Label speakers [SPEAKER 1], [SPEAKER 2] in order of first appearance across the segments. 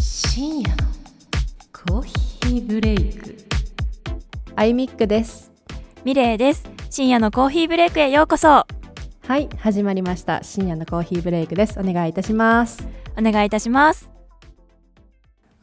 [SPEAKER 1] 深夜のコーヒーブレイク
[SPEAKER 2] アイミックです
[SPEAKER 3] ミレイです深夜のコーヒーブレイクへようこそ
[SPEAKER 2] はい始まりました深夜のコーヒーブレイクですお願いいたします
[SPEAKER 3] お願いいたします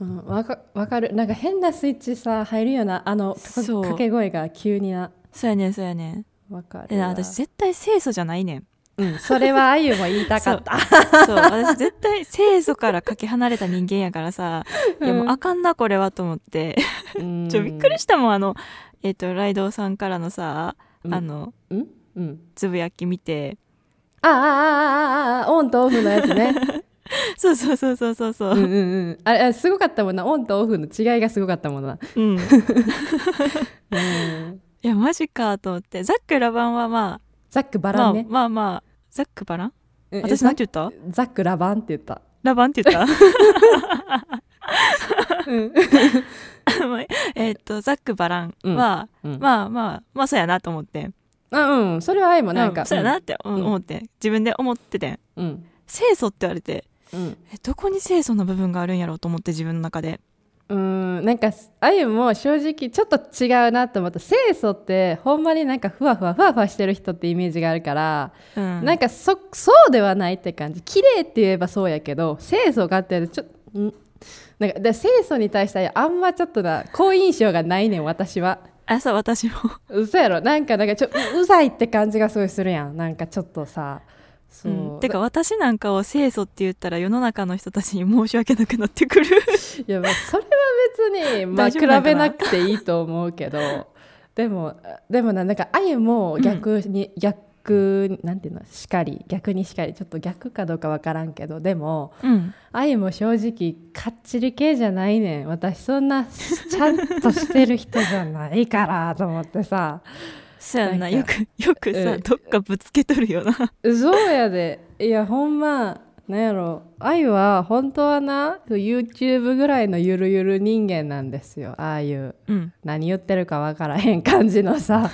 [SPEAKER 2] うん、わかわかるなんか変なスイッチさ入るようなあのか
[SPEAKER 3] そう
[SPEAKER 2] 掛け声が急にな
[SPEAKER 3] そうやねんそうやねん
[SPEAKER 2] わか
[SPEAKER 3] で
[SPEAKER 2] る
[SPEAKER 3] な
[SPEAKER 2] わ
[SPEAKER 3] 私絶対清楚じゃないねん
[SPEAKER 2] うん、それはあゆも言いたかった
[SPEAKER 3] そう私絶対清楚からかけ離れた人間やからさ、いやもうあかんなこれはと思って
[SPEAKER 2] うん
[SPEAKER 3] ちょびっくりしたもんあのえっ、とライドウさんからのさ、
[SPEAKER 2] うん
[SPEAKER 3] あの
[SPEAKER 2] うんうん
[SPEAKER 3] つぶやき見て
[SPEAKER 2] あああああああオンとオフのやつね
[SPEAKER 3] そうそうそうそうそうそううん
[SPEAKER 2] うんうんあれあれすごかったもんなオンとオフの違いがすごかったもんな
[SPEAKER 3] うん
[SPEAKER 2] うん
[SPEAKER 3] いやマジかと思ってザックラバンはま
[SPEAKER 2] ザックバ
[SPEAKER 3] あ、
[SPEAKER 2] ラ
[SPEAKER 3] まあ
[SPEAKER 2] ンね、
[SPEAKER 3] まあまあザックバラン
[SPEAKER 2] うん
[SPEAKER 3] 私なんて言った
[SPEAKER 2] ザックラバンって言った
[SPEAKER 3] ラバンって言った
[SPEAKER 2] うん
[SPEAKER 3] まあえーっとザック・バラン
[SPEAKER 2] うん
[SPEAKER 3] は、
[SPEAKER 2] うん
[SPEAKER 3] まあまあまあそうやなと思って
[SPEAKER 2] あうんそれはあゆもなんか、
[SPEAKER 3] うんそうやなってうん
[SPEAKER 2] うん
[SPEAKER 3] 思って、自分で思ってて
[SPEAKER 2] うん
[SPEAKER 3] 清楚って言われて
[SPEAKER 2] うん
[SPEAKER 3] えどこに清楚な部分があるんやろうと思って自分の中で
[SPEAKER 2] うんなんかあゆも正直ちょっと違うなと思った清楚ってほんまになんかふわふわふわふわしてる人ってイメージがあるから、
[SPEAKER 3] うん
[SPEAKER 2] なんかそそうではないって感じ綺麗って言えばそうやけど清楚かって言われてちょっとんなんかで清楚に対してあんまちょっとな好印象がないねん私は
[SPEAKER 3] あそう私も
[SPEAKER 2] 嘘やろなんかなんかちょううざいって感じがすごいするやんなんかちょっとさそう、
[SPEAKER 3] うんてか私なんかを清楚って言ったら世の中の人たちに申し訳なくなってくる
[SPEAKER 2] いやまあそれは別にまあ
[SPEAKER 3] 大
[SPEAKER 2] 比
[SPEAKER 3] 丈夫なんか
[SPEAKER 2] べ
[SPEAKER 3] な
[SPEAKER 2] なくていいと思うけどでもでもななんかあゆも逆に、逆なんていうのしかり逆にしかりちょっと逆かどうかわからんけどでも
[SPEAKER 3] うん
[SPEAKER 2] あゆも正直かっちり系じゃないねん私そんなちゃんとしてる人じゃないからと思ってさ
[SPEAKER 3] そうやんな
[SPEAKER 2] な
[SPEAKER 3] よ
[SPEAKER 2] んか
[SPEAKER 3] くよくさ、
[SPEAKER 2] うん
[SPEAKER 3] どっかぶつけとるよな
[SPEAKER 2] そうやでいやほんまなんやろあゆは本当はな YouTube ぐらいのゆるゆる人間なんですよああいう。
[SPEAKER 3] うん
[SPEAKER 2] 何言ってるか分からへん感じのさ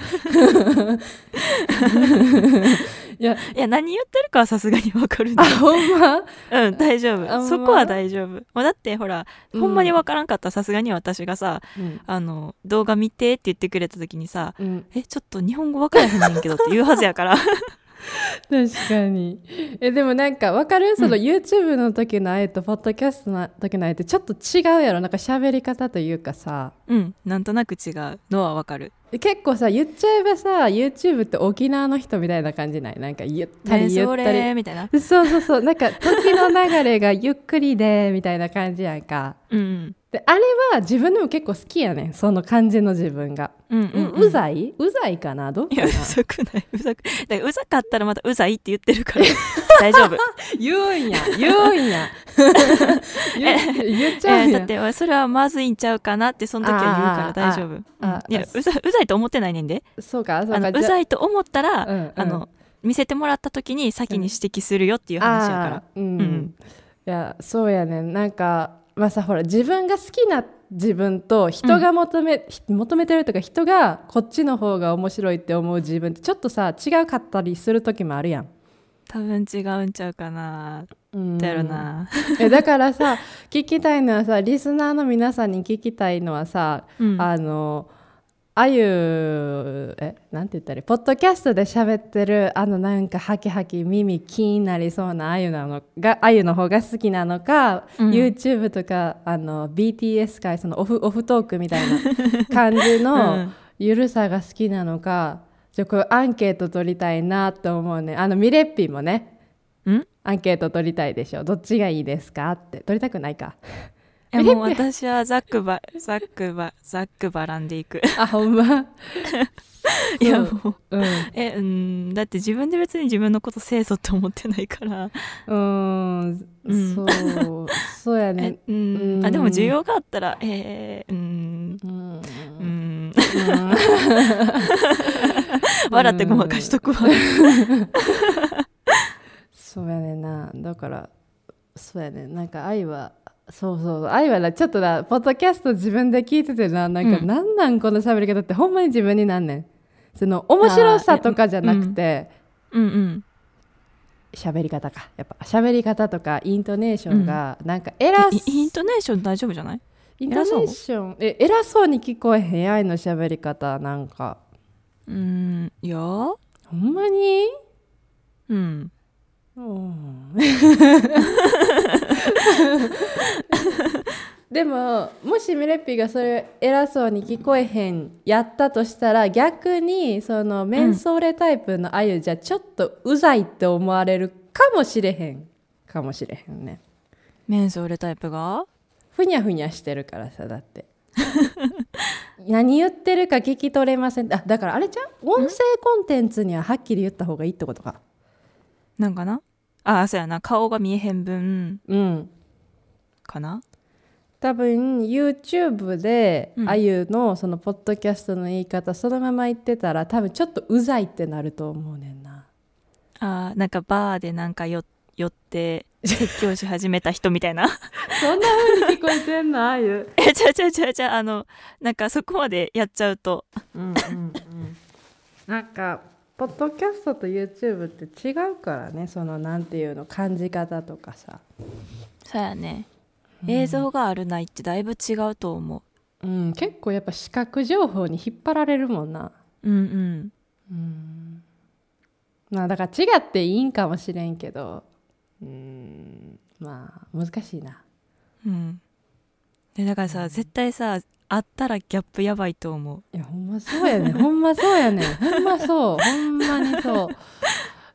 [SPEAKER 2] いや
[SPEAKER 3] いや何言ってるかはさすがにわかるんだ
[SPEAKER 2] あほんま
[SPEAKER 3] うん大丈
[SPEAKER 2] あん
[SPEAKER 3] 夫
[SPEAKER 2] ま
[SPEAKER 3] そこは大丈夫もうだってほら
[SPEAKER 2] うん
[SPEAKER 3] ほんまにわからんかったらさすがに私がさあの動画見てって言ってくれた時にさ
[SPEAKER 2] うん
[SPEAKER 3] 「えちょっと日本語わからへんねんけど」って言うはずやから
[SPEAKER 2] 確かにえでもなんか分かるその YouTube の時のあえとポッドキャストの時のあえってちょっと違うやろなんか喋り方というかさ
[SPEAKER 3] うんなんとなく違うのはわかる
[SPEAKER 2] 結構さ言っちゃえばさ YouTube って沖縄の人みたいな感じないなんかゆっ
[SPEAKER 3] 「
[SPEAKER 2] た
[SPEAKER 3] ね
[SPEAKER 2] りゆ
[SPEAKER 3] そ
[SPEAKER 2] ったり、
[SPEAKER 3] れ」みたいな
[SPEAKER 2] そうそうそうなんか時の流れがゆっくりでみたいな感じやんか
[SPEAKER 3] うん
[SPEAKER 2] であれは自分でも結構好きやねんその感じの自分が、
[SPEAKER 3] うんう
[SPEAKER 2] うんう
[SPEAKER 3] い
[SPEAKER 2] ざいうざいかなどう
[SPEAKER 3] い
[SPEAKER 2] か
[SPEAKER 3] や
[SPEAKER 2] な
[SPEAKER 3] うざくないうざくだからうざかったらまた「うざい」って言ってるから 大丈夫
[SPEAKER 2] 言うんや 言うんや言言っちゃう
[SPEAKER 3] え
[SPEAKER 2] ん
[SPEAKER 3] ー
[SPEAKER 2] や、
[SPEAKER 3] だっておいそれはまずいんちゃうかなってその時は言うから大丈夫
[SPEAKER 2] あーあーあー
[SPEAKER 3] うんいやうざうざいと思ってないねんで
[SPEAKER 2] そうかそう
[SPEAKER 3] あ
[SPEAKER 2] か
[SPEAKER 3] のうざ
[SPEAKER 2] い
[SPEAKER 3] いと思ったら、
[SPEAKER 2] うんうん
[SPEAKER 3] あの見せてもらった時に先に指摘するよっていう話やか
[SPEAKER 2] あ
[SPEAKER 3] ら、
[SPEAKER 2] ーうん、
[SPEAKER 3] うん
[SPEAKER 2] いやそうやねんなんかまあさほら自分が好きな自分と人が求め、ひ求めてるとか人がこっちの方が面白いって思う自分ってちょっとさ違うかったりする時もあるやん。
[SPEAKER 3] 多分違うんちゃうかな
[SPEAKER 2] うん
[SPEAKER 3] だよな、
[SPEAKER 2] えだからさ聞きたいのはさリスナーの皆さんに聞きたいのはさ、
[SPEAKER 3] うん
[SPEAKER 2] あのあゆえなんて言ったらいいポッドキャストで喋ってるあのなんかハキハキ耳気になりそうなあゆなのがあゆの方が好きなのか、
[SPEAKER 3] うん
[SPEAKER 2] YouTube とかあの BTS 界そのオフオフトークみたいな 感じ
[SPEAKER 3] う
[SPEAKER 2] の
[SPEAKER 3] ん
[SPEAKER 2] ゆるさが好きなのかちょこれアンケート取りたいなと思うねあのミレッピもね
[SPEAKER 3] うん
[SPEAKER 2] アンケート取りたいでしょどっちがいいですかって取りたくないか
[SPEAKER 3] いやもう私はザックバザックバザックバランでいく
[SPEAKER 2] あほんま
[SPEAKER 3] いやもう
[SPEAKER 2] うんう
[SPEAKER 3] えうんだって自分で別に自分のこと清楚って思ってないから、
[SPEAKER 2] ーん
[SPEAKER 3] うん
[SPEAKER 2] そうそうや
[SPEAKER 3] え
[SPEAKER 2] ね
[SPEAKER 3] うん
[SPEAKER 2] うん
[SPEAKER 3] あでも需要があったらえー、うん
[SPEAKER 2] うん
[SPEAKER 3] うん
[SPEAKER 2] うん
[SPEAKER 3] 笑ってごまかしとくわ、
[SPEAKER 2] そうやねんなだからそうやねんなんか愛はそうそう愛はなちょっとなポッドキャスト自分で聞いててななんか、
[SPEAKER 3] うん
[SPEAKER 2] なんなんこの喋り方ってほんまに自分になんねんその面白さとかじゃなくて
[SPEAKER 3] うんうん
[SPEAKER 2] 喋り方かやっぱ喋り方とかイントネーションがなんか偉
[SPEAKER 3] え
[SPEAKER 2] そ
[SPEAKER 3] イントネーション大丈夫じゃない
[SPEAKER 2] イントネーションえ偉そうに聞こえへん AI の喋り方なんか
[SPEAKER 3] うーんいや
[SPEAKER 2] ほんまに
[SPEAKER 3] うん
[SPEAKER 2] うん、でももしミレッピがそれ偉そうに聞こえへんやったとしたら逆にそのメンソーレタイプのあゆじゃちょっとうざいって思われるかもしれへんかもしれへんね
[SPEAKER 3] メンソーレタイプが
[SPEAKER 2] ふにゃふにゃしてるからさだって何言ってるか聞き取れませんあだからあれじゃん音声コンテンツにははっきり言った方がいいってことか
[SPEAKER 3] なんかなあそうやな顔が見えへん分
[SPEAKER 2] うん
[SPEAKER 3] かな
[SPEAKER 2] 多分 YouTube で
[SPEAKER 3] うん
[SPEAKER 2] あゆのそのポッドキャストの言い方そのまま言ってたら多分ちょっとうざいってなると思うねんな
[SPEAKER 3] あーなんかバーでなんかよ寄って説教し始めた人みたいな
[SPEAKER 2] そんな風に聞こえてんの あゆ
[SPEAKER 3] えちゃうちゃうちゃうちゃうあのなんかそこまでやっちゃうと
[SPEAKER 2] うんうんうんなんかポッドキャストと YouTube って違うからねそのなんていうの感じ方とかさ
[SPEAKER 3] そうやね映像があるないってだいぶ違うと思
[SPEAKER 2] うん結構やっぱ視覚情報に引っ張られるもんな
[SPEAKER 3] ううんうん
[SPEAKER 2] うんまあだから違っていいんかもしれんけどうんまあ難しいな
[SPEAKER 3] うんでだからさ絶対さあったらギャップやばいと思う
[SPEAKER 2] いやほんまそうやねほんまそうやねほんまそうほんまにそ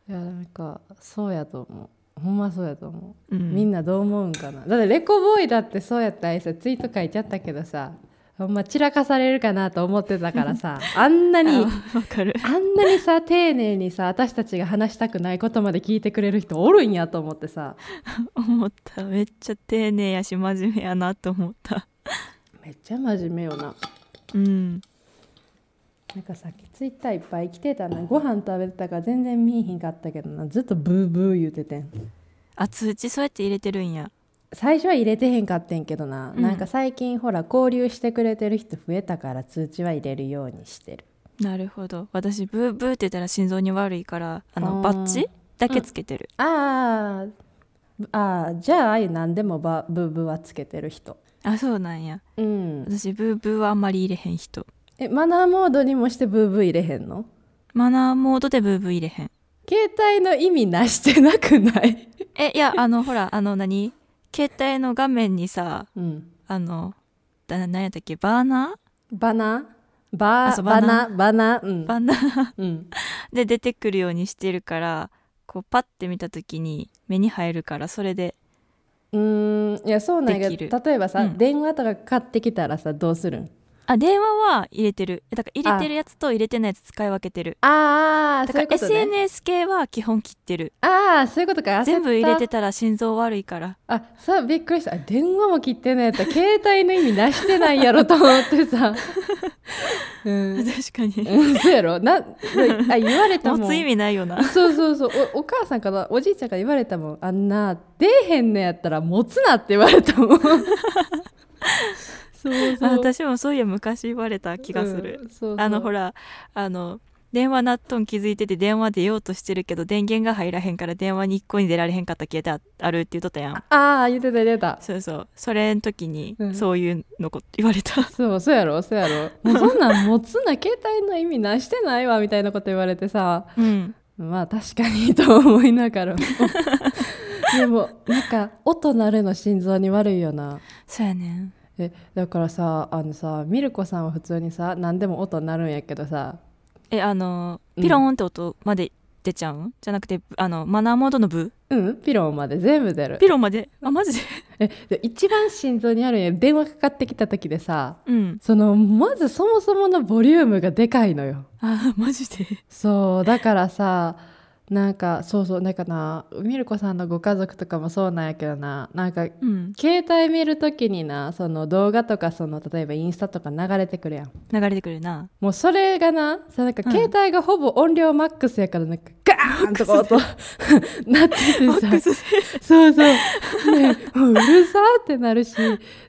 [SPEAKER 2] ういやなんかそうやと思うほんまそうやと思
[SPEAKER 3] う
[SPEAKER 2] う、
[SPEAKER 3] ん
[SPEAKER 2] みんなどう思うんかなだってレコボーイだってそうやってあいさツイート書いちゃったけどさほんま散らかされるかなと思ってたから さあんなに
[SPEAKER 3] あわかる
[SPEAKER 2] あんなにさ丁寧にさ私たちが話したくないことまで聞いてくれる人おるんやと思ってさ
[SPEAKER 3] 思っためっちゃ丁寧やし真面目やなと思った
[SPEAKER 2] めっちゃ真面目よな
[SPEAKER 3] うん
[SPEAKER 2] なんかさっきツイッターいっぱい来てたなご飯食べてたから全然見えひんかったけどなずっとブーブー言うててん
[SPEAKER 3] あ通知そうやって入れてるんや
[SPEAKER 2] 最初は入れてへんかってんけどな、
[SPEAKER 3] うん
[SPEAKER 2] なんか最近ほら交流してくれてる人増えたから通知は入れるようにしてる
[SPEAKER 3] なるほど私ブーブーって言ったら心臓に悪いからあの
[SPEAKER 2] あー
[SPEAKER 3] バッジだけつけてる、
[SPEAKER 2] あーあーじゃああゆ何でもばブーブーはつけてる人
[SPEAKER 3] あそうなんや
[SPEAKER 2] うん
[SPEAKER 3] 私ブーブーはあんまり入れへん人
[SPEAKER 2] えマナーモードにもしてブーブー入れへんの
[SPEAKER 3] マナーモードでブーブー入れへん
[SPEAKER 2] 携帯の意味なしてなく ない、
[SPEAKER 3] えいやあのほらあの何携帯の画面にさ
[SPEAKER 2] うん、
[SPEAKER 3] あのだ何やったっけバーナ
[SPEAKER 2] バナバ
[SPEAKER 3] あ
[SPEAKER 2] ー
[SPEAKER 3] そう
[SPEAKER 2] バ
[SPEAKER 3] バナ
[SPEAKER 2] ナバナうん
[SPEAKER 3] ーバーナー
[SPEAKER 2] うん
[SPEAKER 3] で出てくるようにしてるからこうパッて見た時に目に入るからそれで
[SPEAKER 2] うーんいやそうなんやけ
[SPEAKER 3] でき
[SPEAKER 2] ど
[SPEAKER 3] る
[SPEAKER 2] 例えばさ、
[SPEAKER 3] うん
[SPEAKER 2] 電話とかかかってきたらさどうするん
[SPEAKER 3] あ電話は入れてるだから入れてるやつと入れてないやつ使い分けてる
[SPEAKER 2] ああ
[SPEAKER 3] だから、SNS 系は基本切ってる
[SPEAKER 2] ああそういうことか
[SPEAKER 3] 全部入れて
[SPEAKER 2] た
[SPEAKER 3] たら心臓悪いから
[SPEAKER 2] あそうびっくりしたあ電話も切ってないやった携帯の意味なしてないやろと思ってさ うん、
[SPEAKER 3] 確かに
[SPEAKER 2] うん、そうやろなあ言われたもん
[SPEAKER 3] 持つ意味ないよな
[SPEAKER 2] そうそうそうおお母さんからおじいちゃんから言われたもんあんな出えへんのやったら持つなって言われた もん そう
[SPEAKER 3] あ
[SPEAKER 2] そう
[SPEAKER 3] 私もそういや昔言われた気がする、
[SPEAKER 2] うんそうそう
[SPEAKER 3] あのほらあの電話なっとん気づいてて電話出ようとしてるけど電源が入らへんから電話に一個に出られへんかった携帯あるって言っとったやん
[SPEAKER 2] ああ言ってた言ってた
[SPEAKER 3] そうそうそれん時に
[SPEAKER 2] うん
[SPEAKER 3] そういうのこ言われた、
[SPEAKER 2] そうそうやろそうやろもうそんなん持つな携帯の意味なしてないわみたいなこと言われてさ
[SPEAKER 3] うん、
[SPEAKER 2] まあ確かにと思いながらもでもなんか音鳴るの心臓に悪いよな
[SPEAKER 3] そうやねん
[SPEAKER 2] えだからさあのさミルコさんは普通にさ何でも音鳴るんやけどさ
[SPEAKER 3] えあの
[SPEAKER 2] うん
[SPEAKER 3] ピローンって音まで出ちゃうん、じゃなくてあのマナーモードのブ
[SPEAKER 2] うんピロンまで全部出る
[SPEAKER 3] ピローまであマジで
[SPEAKER 2] えで一番心臓にあるんや電話かかってきた時でさ
[SPEAKER 3] うん
[SPEAKER 2] そのまずそもそものボリュームがでかいのよ
[SPEAKER 3] あマジで
[SPEAKER 2] そうだからさなんかそうそうだからなミルコさんのご家族とかもそうなんやけどななんか
[SPEAKER 3] うん
[SPEAKER 2] 携帯見るときになその動画とかその例えばインスタとか流れてくるやん
[SPEAKER 3] 流れてくるな
[SPEAKER 2] もうそれがなさなんか
[SPEAKER 3] うん
[SPEAKER 2] 携帯がほぼ音量マックスやからなんかガーンとか音 なっててさそうそう、ね、もううるさーってなるし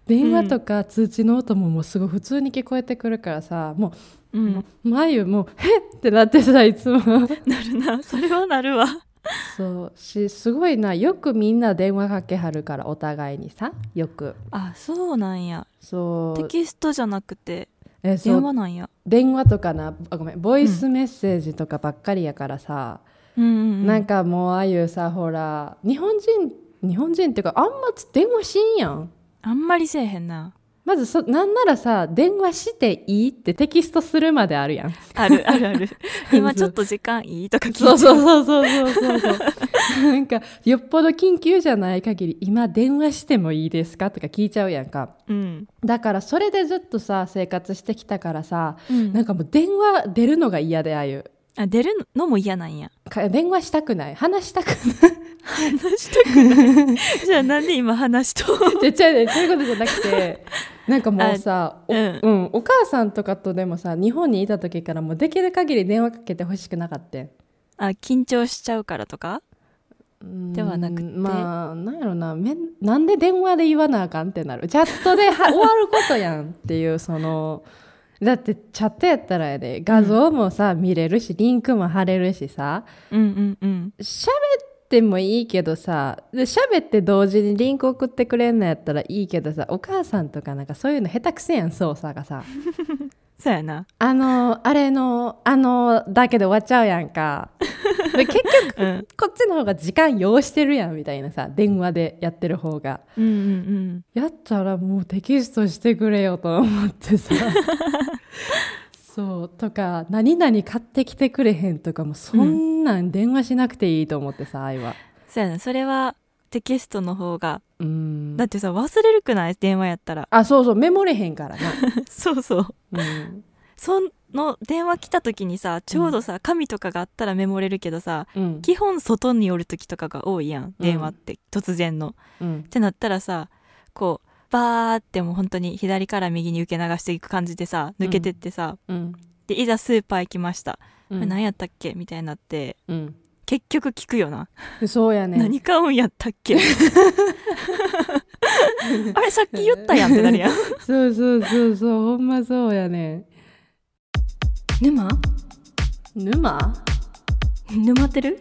[SPEAKER 2] 電話とか通知の音ももうすごい普通に聞こえてくるからさも
[SPEAKER 3] うん
[SPEAKER 2] う眉もう「へっ!」ってなってさいつも。
[SPEAKER 3] なるなそれはなるわ
[SPEAKER 2] そうしすごいなよくみんな電話かけはるからお互いにさよく
[SPEAKER 3] あそうなんや
[SPEAKER 2] そ
[SPEAKER 3] テ
[SPEAKER 2] う
[SPEAKER 3] キストじゃなくて
[SPEAKER 2] えそ
[SPEAKER 3] 電話
[SPEAKER 2] う
[SPEAKER 3] なんや
[SPEAKER 2] 電話とかなあごめんボイスメッセージとかばっかりやからさ、
[SPEAKER 3] うんうんうん
[SPEAKER 2] なんかもうああいうさほら日本人日本人っていうかあんま電話しんやん
[SPEAKER 3] あんまりせえへんな
[SPEAKER 2] まずそなんならさ電話していいってテキストするまであるやん
[SPEAKER 3] あるあるある 今ちょっと時間いいとか聞いて
[SPEAKER 2] そうそうそうそうそうそう なんかよっぽど緊急じゃない限り今電話してもいいですかとか聞いちゃうやんか
[SPEAKER 3] うん、
[SPEAKER 2] だからそれでずっとさ生活してきたからさ
[SPEAKER 3] うん
[SPEAKER 2] なんかもう電話出るのが嫌でああいう
[SPEAKER 3] あ出るのも嫌なんや
[SPEAKER 2] か電話したくない話したくない
[SPEAKER 3] 話したくないじゃあなんで今話 と
[SPEAKER 2] で違う違うそういうことじゃなく てなんかもうさお,、
[SPEAKER 3] う
[SPEAKER 2] うんんお母さんとかとでもさ日本にいた時からもうできる限り電話かけてほしくなかったよ
[SPEAKER 3] あ緊張しちゃうからとかではなくて
[SPEAKER 2] うんまあなんやろなめんなんで電話で言わなあかんってなるチャットでは終わることやんっていうそのだってチャットやったらやで画像もさ、見れるしリンクも貼れるしさ
[SPEAKER 3] うんうんうん
[SPEAKER 2] 喋ってもいいけどさで喋って同時にリンク送ってくれんのやったらいいけどさお母さんとかなんかそういうの下手くせやん操作がさ
[SPEAKER 3] そうやな
[SPEAKER 2] あのあれのあのだけで終わっちゃうやんかで結局
[SPEAKER 3] うん
[SPEAKER 2] こっちの方が時間要してるやんみたいなさ電話でやってる方が
[SPEAKER 3] うんうん
[SPEAKER 2] やったらもうテキストしてくれよと思って さそうとか「何々買ってきてくれへん」とかもそんなん電話しなくていいと思ってさ愛は。
[SPEAKER 3] そうやなそれはテキストの方が
[SPEAKER 2] うん
[SPEAKER 3] だってさ忘れるくない電話やったら
[SPEAKER 2] あそうそうメモれへんからな、
[SPEAKER 3] そうそう
[SPEAKER 2] うん
[SPEAKER 3] その電話来た時にさちょうどさ紙とかがあったらメモれるけどさ
[SPEAKER 2] うん
[SPEAKER 3] 基本外に寄る時とかが多いやん電話って、突然の
[SPEAKER 2] うん
[SPEAKER 3] ってなったらさこうバーってもう本当に左から右に受け流していく感じでさ抜けてってさ、
[SPEAKER 2] うん
[SPEAKER 3] でいざスーパー行きました、
[SPEAKER 2] う
[SPEAKER 3] これ
[SPEAKER 2] ん
[SPEAKER 3] 何やったっけみたいになって
[SPEAKER 2] うん
[SPEAKER 3] 結局聞くよな、
[SPEAKER 2] そうやね
[SPEAKER 3] 何買うんやったっ けあれさっき言ったやんってなる やん
[SPEAKER 2] そうそうそうそうほんまそうやね
[SPEAKER 1] 沼
[SPEAKER 2] 沼
[SPEAKER 3] 沼ってる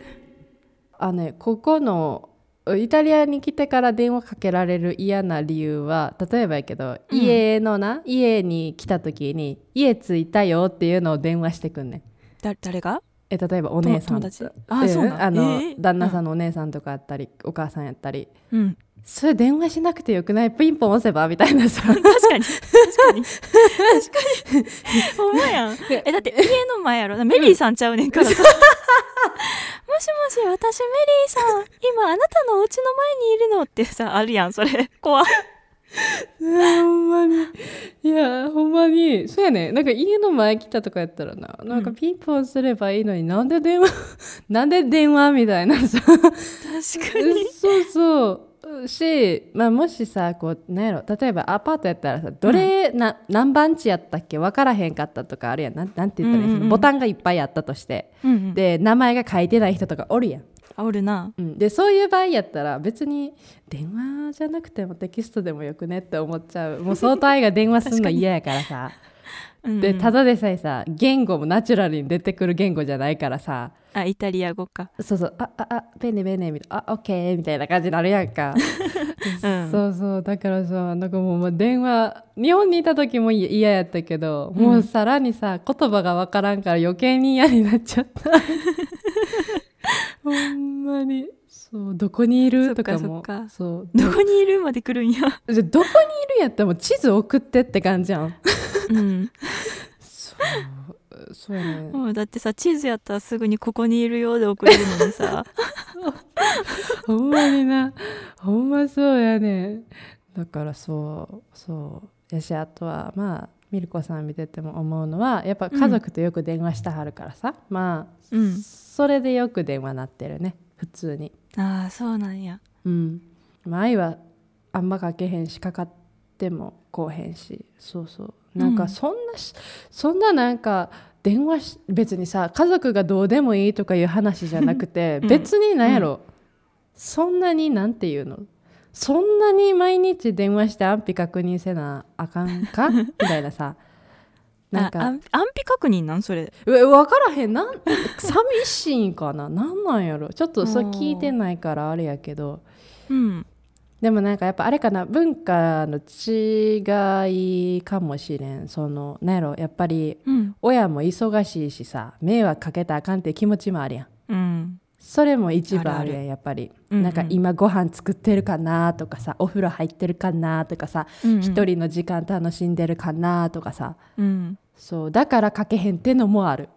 [SPEAKER 2] あねここのイタリアに来てから電話かけられる嫌な理由は例えばやけど、
[SPEAKER 3] うん
[SPEAKER 2] 家のな家に来た時に「家着いたよ」っていうのを電話してくんねん
[SPEAKER 3] だ誰が
[SPEAKER 2] え例えばお姉さん
[SPEAKER 3] 友達あ、
[SPEAKER 2] うん
[SPEAKER 3] そうなん
[SPEAKER 2] あの、
[SPEAKER 3] えー
[SPEAKER 2] 旦那さんのお姉さんとかやったり、お母さんやったり
[SPEAKER 3] うん、うん
[SPEAKER 2] それ電話しなくてよくないピンポン押せばみたいなさ
[SPEAKER 3] 確かに確 かに確かにほんまやんえだって家の前やろメリーさんちゃうねんからさ もしもし私メリーさん今あなたのお家の前にいるのってさあるやんそ れ怖い
[SPEAKER 2] ほんまにいやほんまにそうやねなんか家の前来たとかやったらななんかピンポンすればいいのになんで電話 なんで電話みたいなさ
[SPEAKER 3] 確
[SPEAKER 2] そうそうし、まあ、もしさこうなんやろ例えばアパートやったらさどれ、な何番地やったっけ分からへんかったとかあるやんなんなんて言ったらいい、
[SPEAKER 3] うんう
[SPEAKER 2] そ
[SPEAKER 3] んうん
[SPEAKER 2] のボタンがいっぱいあったとして
[SPEAKER 3] うん、うん、で
[SPEAKER 2] で名前が書いてない人とかおるやん、
[SPEAKER 3] あおるな
[SPEAKER 2] うん、でそういう場合やったら別に電話じゃなくてもテキストでもよくねって思っちゃ うもう相当愛が電話するの嫌やからさ
[SPEAKER 3] うん
[SPEAKER 2] でた
[SPEAKER 3] だ
[SPEAKER 2] だでさえさ言語もナチュラルに出てくる言語じゃないからさ
[SPEAKER 3] あイタリア語か
[SPEAKER 2] そうそうあああペンネペンネみたいなあオッケーみたいな感じになるやんか。
[SPEAKER 3] うん
[SPEAKER 2] そうそうだからさなんかもうまあ電話日本にいた時もい嫌やったけど、
[SPEAKER 3] うん
[SPEAKER 2] もうさらにさ言葉がわからんから余計に嫌になっちゃった ほんまにそうどこにい
[SPEAKER 3] そっ
[SPEAKER 2] る
[SPEAKER 3] か
[SPEAKER 2] とかも
[SPEAKER 3] そっか
[SPEAKER 2] そう
[SPEAKER 3] どこにいるまで来るんや
[SPEAKER 2] じゃどこにいるんやったらもう地図送ってって感じやん
[SPEAKER 3] うん
[SPEAKER 2] そうそうやね
[SPEAKER 3] もうだってさ地図やったらすぐにここにいるようで送れるのに さ
[SPEAKER 2] ほんまになほんまそうやねだからそうそうやしあとはまあミルコさん見てても思うのはやっぱ家族とよく電話したはるからさ、まあ
[SPEAKER 3] うん
[SPEAKER 2] それでよく電話なってるね普通に
[SPEAKER 3] ああそうなんや
[SPEAKER 2] うんまあ愛はあんまかけへんしかかってもこうへんしそうそうなん
[SPEAKER 3] うん
[SPEAKER 2] かそんなし、そんななんか電話し別にさ家族がどうでもいいとかいう話じゃなくて、
[SPEAKER 3] うん
[SPEAKER 2] 別になんやろ、そんなになんていうのそんな に毎日電話して安否確認せなあかんかみたいなさなん
[SPEAKER 3] あ
[SPEAKER 2] か
[SPEAKER 3] 安安否確認なんそれ
[SPEAKER 2] うわ分からへんなん寂しいんかななんなんやろちょっとそれ聞いてないからあれやけど
[SPEAKER 3] うん
[SPEAKER 2] でもなんかやっぱあれかな文化の違いかもしれんそのなんやろやっぱり
[SPEAKER 3] うん
[SPEAKER 2] 親も忙しいしさ迷惑かけたらあかんっていう気持ちもあるやん
[SPEAKER 3] うん
[SPEAKER 2] それも一番
[SPEAKER 3] あ
[SPEAKER 2] あ
[SPEAKER 3] る
[SPEAKER 2] る
[SPEAKER 3] あ
[SPEAKER 2] やんやっぱり、
[SPEAKER 3] うんうん
[SPEAKER 2] なんか今ご飯作ってるかなとかさお風呂入ってるかなとかさ
[SPEAKER 3] うん
[SPEAKER 2] 一、人の時間楽しんでるかなとかさ
[SPEAKER 3] うん
[SPEAKER 2] そうだからかけへんってのもある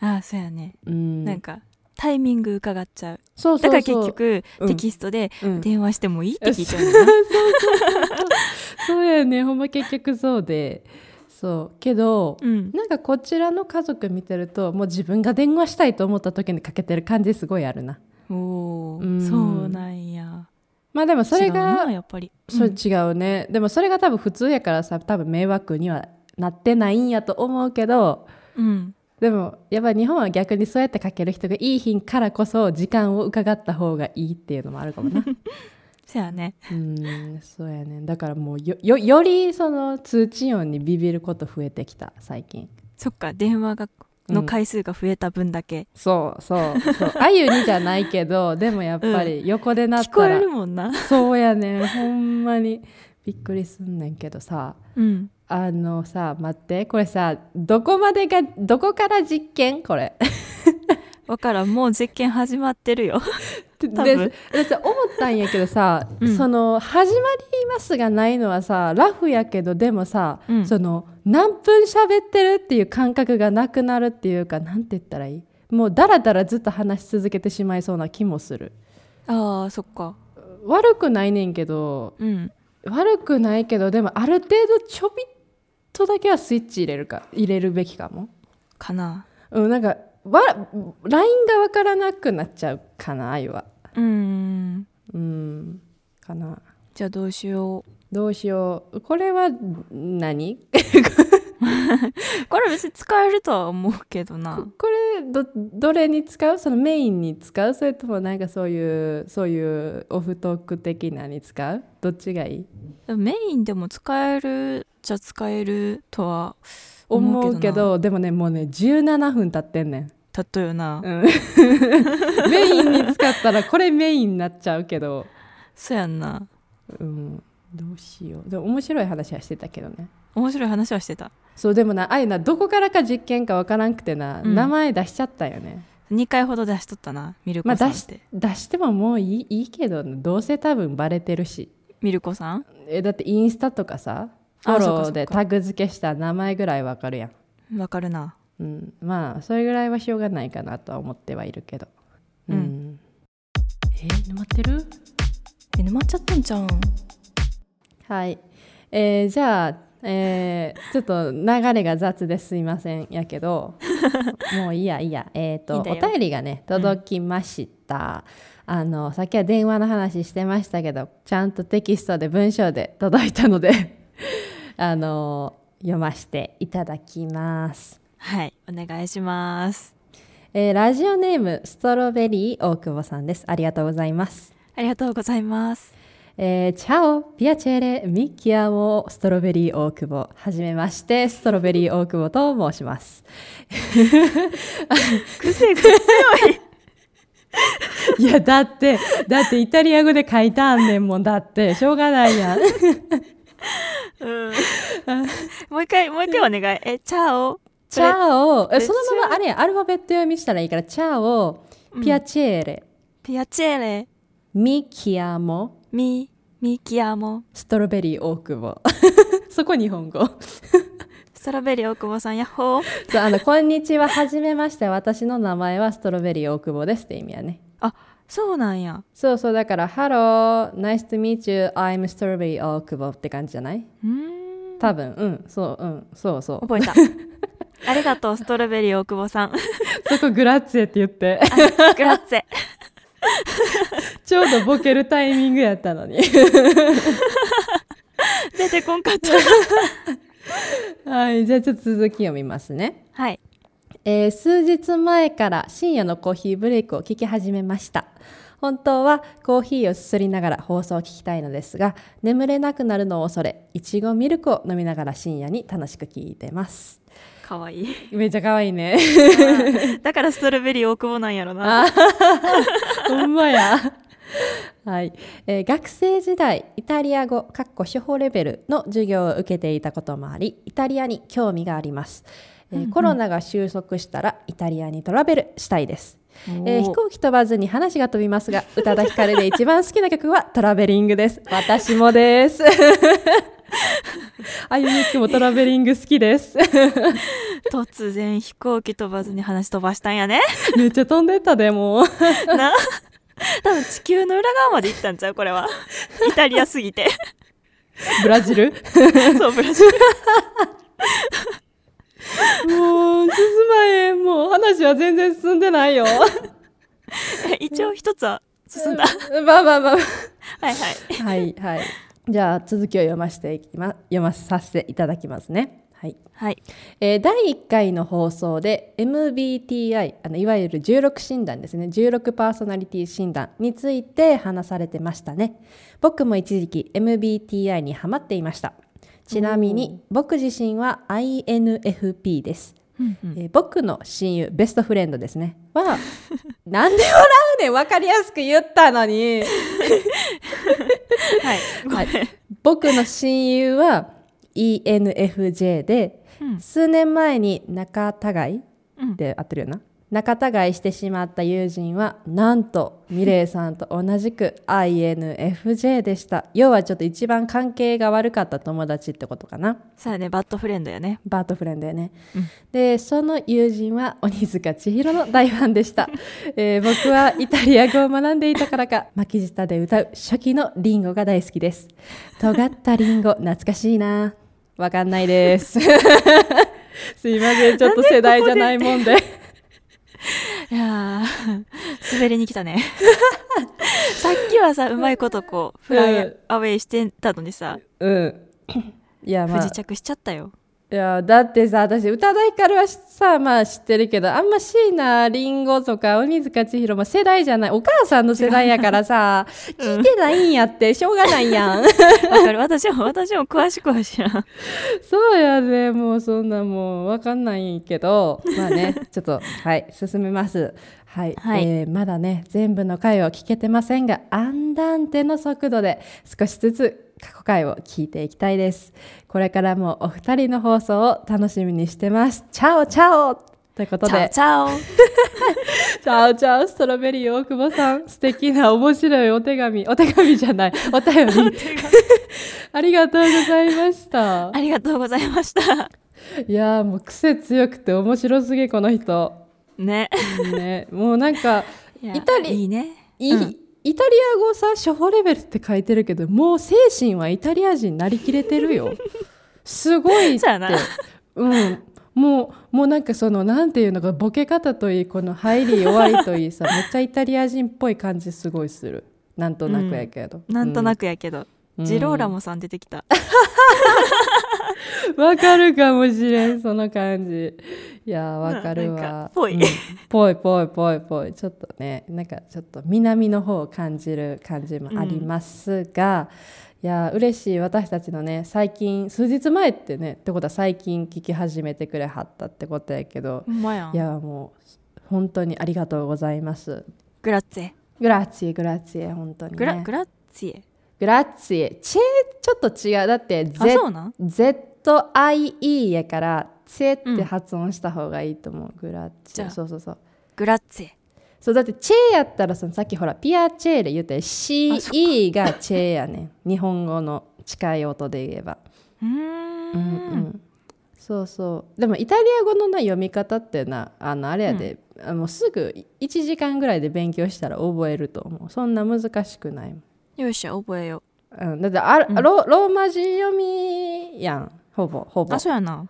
[SPEAKER 3] ああそうやね、
[SPEAKER 2] うん
[SPEAKER 3] なんかタイミング伺っちゃう
[SPEAKER 2] そうそ
[SPEAKER 3] だ
[SPEAKER 2] う
[SPEAKER 3] から
[SPEAKER 2] そう
[SPEAKER 3] 結局
[SPEAKER 2] うん
[SPEAKER 3] テキストで
[SPEAKER 2] うん
[SPEAKER 3] 電話してもいいって聞いちゃうんだよね
[SPEAKER 2] そうやねほんま結局そうでそうけど、
[SPEAKER 3] うん
[SPEAKER 2] なんかこちらの家族見てるともう自分が電話したいと思った時にかけてる感じすごいあるな
[SPEAKER 3] おお、
[SPEAKER 2] うん
[SPEAKER 3] そうなんや
[SPEAKER 2] まあでもそれ
[SPEAKER 3] 違う
[SPEAKER 2] が
[SPEAKER 3] なやっぱり
[SPEAKER 2] それ
[SPEAKER 3] うん
[SPEAKER 2] 違うね、でもそれが多分普通やからさ多分迷惑にはなってないんやと思うけど
[SPEAKER 3] うん
[SPEAKER 2] でもやっぱ日本は逆にそうやってかける人がいい品からこそ時間を伺った方がいいっていうのもあるか もな
[SPEAKER 3] そうやね
[SPEAKER 2] うんそうやねだからもうよよよりその通知音にビビること増えてきた最近
[SPEAKER 3] そっか電話がの回数が増えた分だけ、
[SPEAKER 2] そうそうそうあゆにじゃないけ どでもやっぱり横でなっ
[SPEAKER 3] 聞こ
[SPEAKER 2] た
[SPEAKER 3] え
[SPEAKER 2] ら、
[SPEAKER 3] るもんな
[SPEAKER 2] そうやねんほんまにびっくりすんねんけどさ
[SPEAKER 3] うん
[SPEAKER 2] あのさ待ってこれさどこまでがどこから実験これ
[SPEAKER 3] わからんもう実験始まってるよ
[SPEAKER 2] で
[SPEAKER 3] 分
[SPEAKER 2] でさ思ったんやけどさ、
[SPEAKER 3] うん
[SPEAKER 2] その「始まります」がないのはさラフやけどでもさ、
[SPEAKER 3] うん
[SPEAKER 2] その何分喋ってるっていう感覚がなくなるっていうかなんて言ったらいいもうだらだらずっと話し続けてしまいそうな気もする
[SPEAKER 3] あーそっか
[SPEAKER 2] 悪くないねんけど
[SPEAKER 3] うん
[SPEAKER 2] 悪くないけどでもある程度ちょびっとだけはスイッチ入れるか入れるべきかも
[SPEAKER 3] かな
[SPEAKER 2] うんなんかわラインがわからなくなっちゃうかな愛は
[SPEAKER 3] うーん
[SPEAKER 2] うんかな
[SPEAKER 3] じゃあどうしよ
[SPEAKER 2] どうしようこれは何
[SPEAKER 3] うこれ別に使えるとは思うけどな
[SPEAKER 2] これどどれに使うそのメインに使うそれともなんかそういうそういうオフトーク的なに使うどっちがいい
[SPEAKER 3] でもメインでも使えるじゃ使えるとは思うけ
[SPEAKER 2] 思
[SPEAKER 3] ど
[SPEAKER 2] うけどでもねもうね17分経ってんねん
[SPEAKER 3] たっとよな、
[SPEAKER 2] うん メインに使ったらこれメインになっちゃうけど、
[SPEAKER 3] そうやんな
[SPEAKER 2] うん、どうしようでも面白い話はしてたけどね
[SPEAKER 3] 面白い話はしてた
[SPEAKER 2] そうでもなあゆなどこからか実験かわからんくてな、
[SPEAKER 3] うん
[SPEAKER 2] 名前出しちゃったよね
[SPEAKER 3] 2回ほど出しとったなミル
[SPEAKER 2] まあ
[SPEAKER 3] コさん
[SPEAKER 2] 出
[SPEAKER 3] っ、
[SPEAKER 2] して出してももういいいいけどどうせ多分バレてるし
[SPEAKER 3] ミルコさん
[SPEAKER 2] えだってインスタとかさフ
[SPEAKER 3] あ
[SPEAKER 2] ォ
[SPEAKER 3] そっ
[SPEAKER 2] ロ
[SPEAKER 3] かそ
[SPEAKER 2] ー
[SPEAKER 3] っか
[SPEAKER 2] でタグ付けした名前ぐらいわかるやん
[SPEAKER 3] わかるな
[SPEAKER 2] うん、まあそれぐらいはしょうがないかなとは思ってはいるけど
[SPEAKER 3] うん
[SPEAKER 2] えー沼ってる
[SPEAKER 3] え沼っちゃったんちゃうん
[SPEAKER 2] はい、えーじゃあ、えーちょっと流れが雑ですいませんやけ どもういいやいいやえっ、
[SPEAKER 3] いい
[SPEAKER 2] と
[SPEAKER 3] んだよ
[SPEAKER 2] お便りがね届きました、あのさっきは電話の話してましたけどちゃんとテキストで文章で届いたので あの読ませていただきます
[SPEAKER 3] はいお願いします
[SPEAKER 2] えーラジオネームストロベリー大久保さんですありがとうございます
[SPEAKER 3] ありがとうございます
[SPEAKER 2] えー、チャオピアチェレミキアモストロベリー大久保はじめましてストロベリー大久保と申します
[SPEAKER 3] 癖が強い
[SPEAKER 2] いやだってだってイタリア語で書いたんねんもんだってしょうがないやん
[SPEAKER 3] うん もう一回もう一回お願いえチャオ
[SPEAKER 2] チャオえ
[SPEAKER 3] 別
[SPEAKER 2] そのままあれやアルファベット読みしたらいいからチャオピアチェレ、
[SPEAKER 3] ピアチェレ
[SPEAKER 2] ミキアモ
[SPEAKER 3] ミミキアモ
[SPEAKER 2] ストロベリー大久保 そこ日本語
[SPEAKER 3] ストロベリー大久保さんやっほー
[SPEAKER 2] そうあのこんにちははじめまして私の名前はストロベリー大久保ですって意味やね
[SPEAKER 3] あそうなんや
[SPEAKER 2] そうそうだから Hello nice to meet you I'm strawberry 大久保って感じじゃないう
[SPEAKER 3] ーん
[SPEAKER 2] 多分うんそううんそうそう
[SPEAKER 3] 覚えたありがとうストロベリー大久保 さん
[SPEAKER 2] そこグラッツェって言って
[SPEAKER 3] グラッツェ
[SPEAKER 2] ちょうどボケるタイミングやったのに
[SPEAKER 3] 出てこんかった
[SPEAKER 2] はいじゃあちょっと続き読みますね
[SPEAKER 3] はい
[SPEAKER 2] えー数日前から深夜のコーヒーブレイクを聞き始めました本当はコーヒーをすすりながら放送を聞きたいのですが眠れなくなるのを恐れいちごミルクを飲みながら深夜に楽しく聞いてます
[SPEAKER 3] かわい い
[SPEAKER 2] めっちゃ可愛いね
[SPEAKER 3] だからストロベリー大久保なんやろな
[SPEAKER 2] あ ほんまやはい、えー学生時代イタリア語かっこ初歩レベルの授業を受けていたこともありイタリアに興味があります、えーコロナが収束したらイタリアにトラベルしたいですえー飛行機飛ばずに話が飛びますが宇多田ヒカルで一番好きな曲はトラベリングです私もですあゆみっくもトラベリング好きです
[SPEAKER 3] 突然飛行機飛ばずに話飛ばしたんや ね
[SPEAKER 2] めっちゃ飛んでったでもう
[SPEAKER 3] な多分地球の裏側まで行ったんちゃうこれ はイタリアすぎ て
[SPEAKER 2] ブラジル
[SPEAKER 3] そうブラジル
[SPEAKER 2] もう進まへんもう話は全然進んでないよ
[SPEAKER 3] 一応一つは進んだ
[SPEAKER 2] まあまあまあ
[SPEAKER 3] はいはい
[SPEAKER 2] はいはいじゃあ続きを読ましていきま読まさせていただきますねはい
[SPEAKER 3] はい
[SPEAKER 2] えー第1回の放送で MBTI あのいわゆる16診断ですね16パーソナリティ診断について話されてましたね僕も一時期 MBTI にハマっていましたちなみに僕自身は INFP です、えー僕の親友ベストフレンドですねはなんで笑うねん分かりやすく言ったのに
[SPEAKER 3] はいごめん、
[SPEAKER 2] はい僕の親友は ENFJ で、
[SPEAKER 3] うん
[SPEAKER 2] 数年前に仲違い
[SPEAKER 3] うん
[SPEAKER 2] って合ってるよな仲違いしてしまった友人はなんとミレイさんと同じく INFJ でした要はちょっと一番関係が悪かった友達ってことかな
[SPEAKER 3] そうやねバッドフレンドやね
[SPEAKER 2] バートフレンドよね、
[SPEAKER 3] うん
[SPEAKER 2] でその友人は鬼塚千尋の大ファンでした、 えー僕はイタリア語を学んでいたから か巻き舌で歌う初期のリンゴが大好きです尖ったリンゴ懐かしいなわかんない ですすいませんちょっと世代じゃないもんで
[SPEAKER 3] いやー滑りに来たね さっきはさうまいことこうフライアウェイしてたのにさ
[SPEAKER 2] うんいやま
[SPEAKER 3] 不
[SPEAKER 2] あ
[SPEAKER 3] 時着しちゃったよ
[SPEAKER 2] いやだってさ私宇多田ヒカルはさまあ知ってるけどあんま椎名林檎とか鬼塚千尋も世代じゃないお母さんの世代やからさ聞いてないんやってしょうがないやん
[SPEAKER 3] わかる私も私も詳しくは知らん
[SPEAKER 2] そうやねもうそんなもうわかんないけどまあね ちょっとはい進めますはい、
[SPEAKER 3] はい
[SPEAKER 2] えーまだね全部の回を聞けてませんがアンダンテの速度で少しずつ過去回を聞いていきたいですこれからもお二人の放送を楽しみにしてますチャオチャオということ
[SPEAKER 3] チャオ
[SPEAKER 2] で
[SPEAKER 3] チャオ
[SPEAKER 2] チャオチャオストロベリー大久保さ ん素敵な面白いお手紙お手紙じゃないお便 りありがとうございました
[SPEAKER 3] ありがとうございました
[SPEAKER 2] いやーもう癖強くて面白すぎこの人、
[SPEAKER 3] ね
[SPEAKER 2] ね、もうなんか
[SPEAKER 3] いや
[SPEAKER 2] イタリ
[SPEAKER 3] いいね
[SPEAKER 2] い、
[SPEAKER 3] うん
[SPEAKER 2] イタリア語さ初歩レベルって書いてるけどもう精神はイタリア人になりきれてるよすごいって
[SPEAKER 3] そうやな
[SPEAKER 2] うんもうもうなんかそのなんていうのかボケ方といいこの入り弱いといいさめっちゃイタリア人っぽい感じすごいするなんとなくやけど、
[SPEAKER 3] なんとな
[SPEAKER 2] く
[SPEAKER 3] くやけど、
[SPEAKER 2] うん
[SPEAKER 3] ジローラモさん出てきた、
[SPEAKER 2] わ、かるかもしれんその感じいやーわかる
[SPEAKER 3] ななん
[SPEAKER 2] わ
[SPEAKER 3] かぽい
[SPEAKER 2] うんぽいぽいぽいぽいちょっとねなんかちょっと南の方を感じる感じもありますが、いやー嬉しい私たちのね最近数日前ってねってことは最近聞き始めてくれはったってことやけど
[SPEAKER 3] ほ、んまやん
[SPEAKER 2] いやーもう本当にありがとうございます
[SPEAKER 3] グラッツェ
[SPEAKER 2] グラッツィグラッツィ本当に、ね、
[SPEAKER 3] グラ,、グラッツィエ
[SPEAKER 2] グラッツィチェちょっと違うだって
[SPEAKER 3] あそうなん
[SPEAKER 2] ZZIE やからチェって発音した方がいいと思う、グラッツ
[SPEAKER 3] じゃ
[SPEAKER 2] ィ
[SPEAKER 3] あ
[SPEAKER 2] そうそうそう
[SPEAKER 3] グラッツェ
[SPEAKER 2] そうだってチェやったらそのさっきほらピアチェで言ったら CE がチェやねん日本語の近い音で言えば、
[SPEAKER 3] うーん
[SPEAKER 2] うんうん、そうそうでもイタリア語のな読み方ってなあのあれやで、あのすぐ1時間ぐらいで勉強したら覚えると思うそんな難しくないもん、
[SPEAKER 3] よいしょ覚えよ
[SPEAKER 2] うん、だってあ、
[SPEAKER 3] うん
[SPEAKER 2] ロローマ字読みやんほぼほ
[SPEAKER 3] う
[SPEAKER 2] ぼ
[SPEAKER 3] あそうやな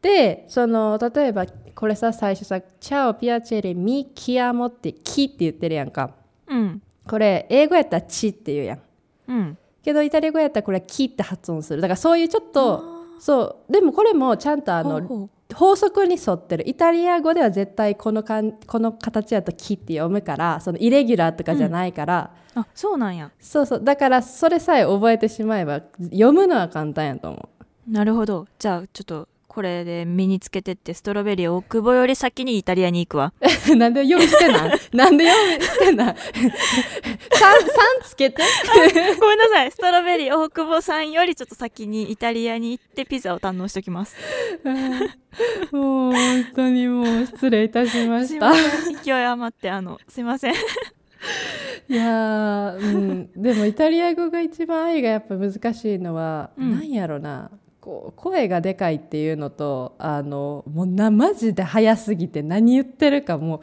[SPEAKER 2] でその例えばこれさ最初さ「チャオピアチェレミキアモ」って「キ」って言ってるやんか
[SPEAKER 3] うん
[SPEAKER 2] これ英語やったら「チ」って言うやん
[SPEAKER 3] うん
[SPEAKER 2] けどイタリア語やったらこれ「キ」って発音するだからそういうちょっとそうでもこれもちゃんとあ
[SPEAKER 3] あ
[SPEAKER 2] の法則に沿ってるイタリア語では絶対このかんこの形やと「キ」って読むからそのイレギュラーとかじゃないから、
[SPEAKER 3] あそうなんや
[SPEAKER 2] そうそうだからそれさえ覚えてしまえば読むのは簡単やと思う
[SPEAKER 3] なるほどじゃあちょっとこれで身につけてってストロベリーを奥久保より先にイタリアに行くわ
[SPEAKER 2] なんで用意してない なんで用意してない三三つけて
[SPEAKER 3] ごめんなさいストロベリー大久保さんよりちょっと先にイタリアに行ってピザを堪能しておきます
[SPEAKER 2] もう本当にもう失礼いたしました
[SPEAKER 3] すいませ ん勢い余ってあのすいません
[SPEAKER 2] いやー、うん、でもイタリア語が一番愛がやっぱ難しいのは、
[SPEAKER 3] うん
[SPEAKER 2] なんやろなこう声がでかいっていうのとあのもうなマジで早すぎて何言ってるかもう